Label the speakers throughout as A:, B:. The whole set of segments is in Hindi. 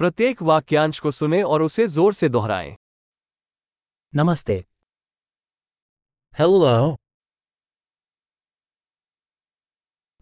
A: प्रत्येक वाक्यांश को सुने और उसे जोर से दोहराएं
B: नमस्ते हेलो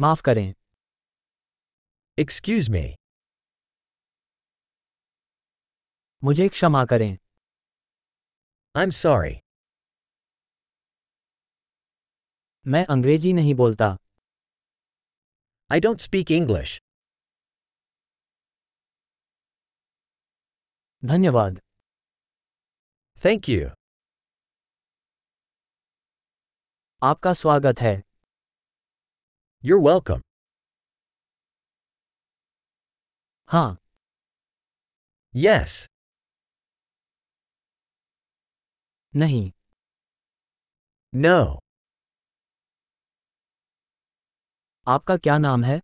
B: माफ करें
C: Excuse me.
B: मुझे क्षमा करें
C: I'm sorry.
B: मैं अंग्रेजी नहीं बोलता
C: I don't speak English.
B: धन्यवाद
C: Thank you.
B: आपका स्वागत है
C: You're welcome.
B: हाँ
C: Yes.
B: नहीं
C: No.
B: आपका क्या नाम है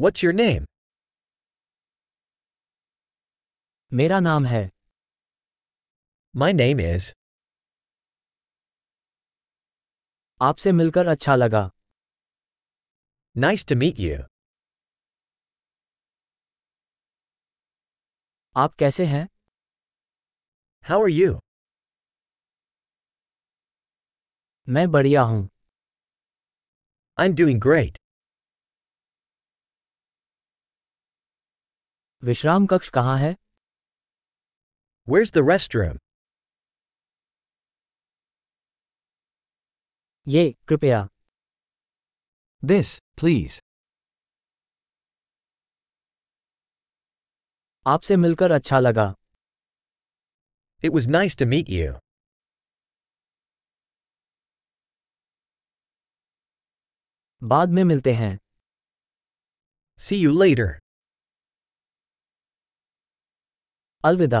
C: What's your name?
B: मेरा नाम है
C: My name is.
B: आपसे मिलकर अच्छा लगा
C: Nice to meet you.
B: आप कैसे हैं
C: How are you?
B: मैं बढ़िया हूँ
C: I'm doing great.
B: विश्राम कक्ष कहाँ है
C: Where's the restroom?
B: ये कृपया
C: This, please.
B: आपसे मिलकर अच्छा लगा
C: It was nice to meet you.
B: बाद में मिलते हैं
C: See you later.
B: अलविदा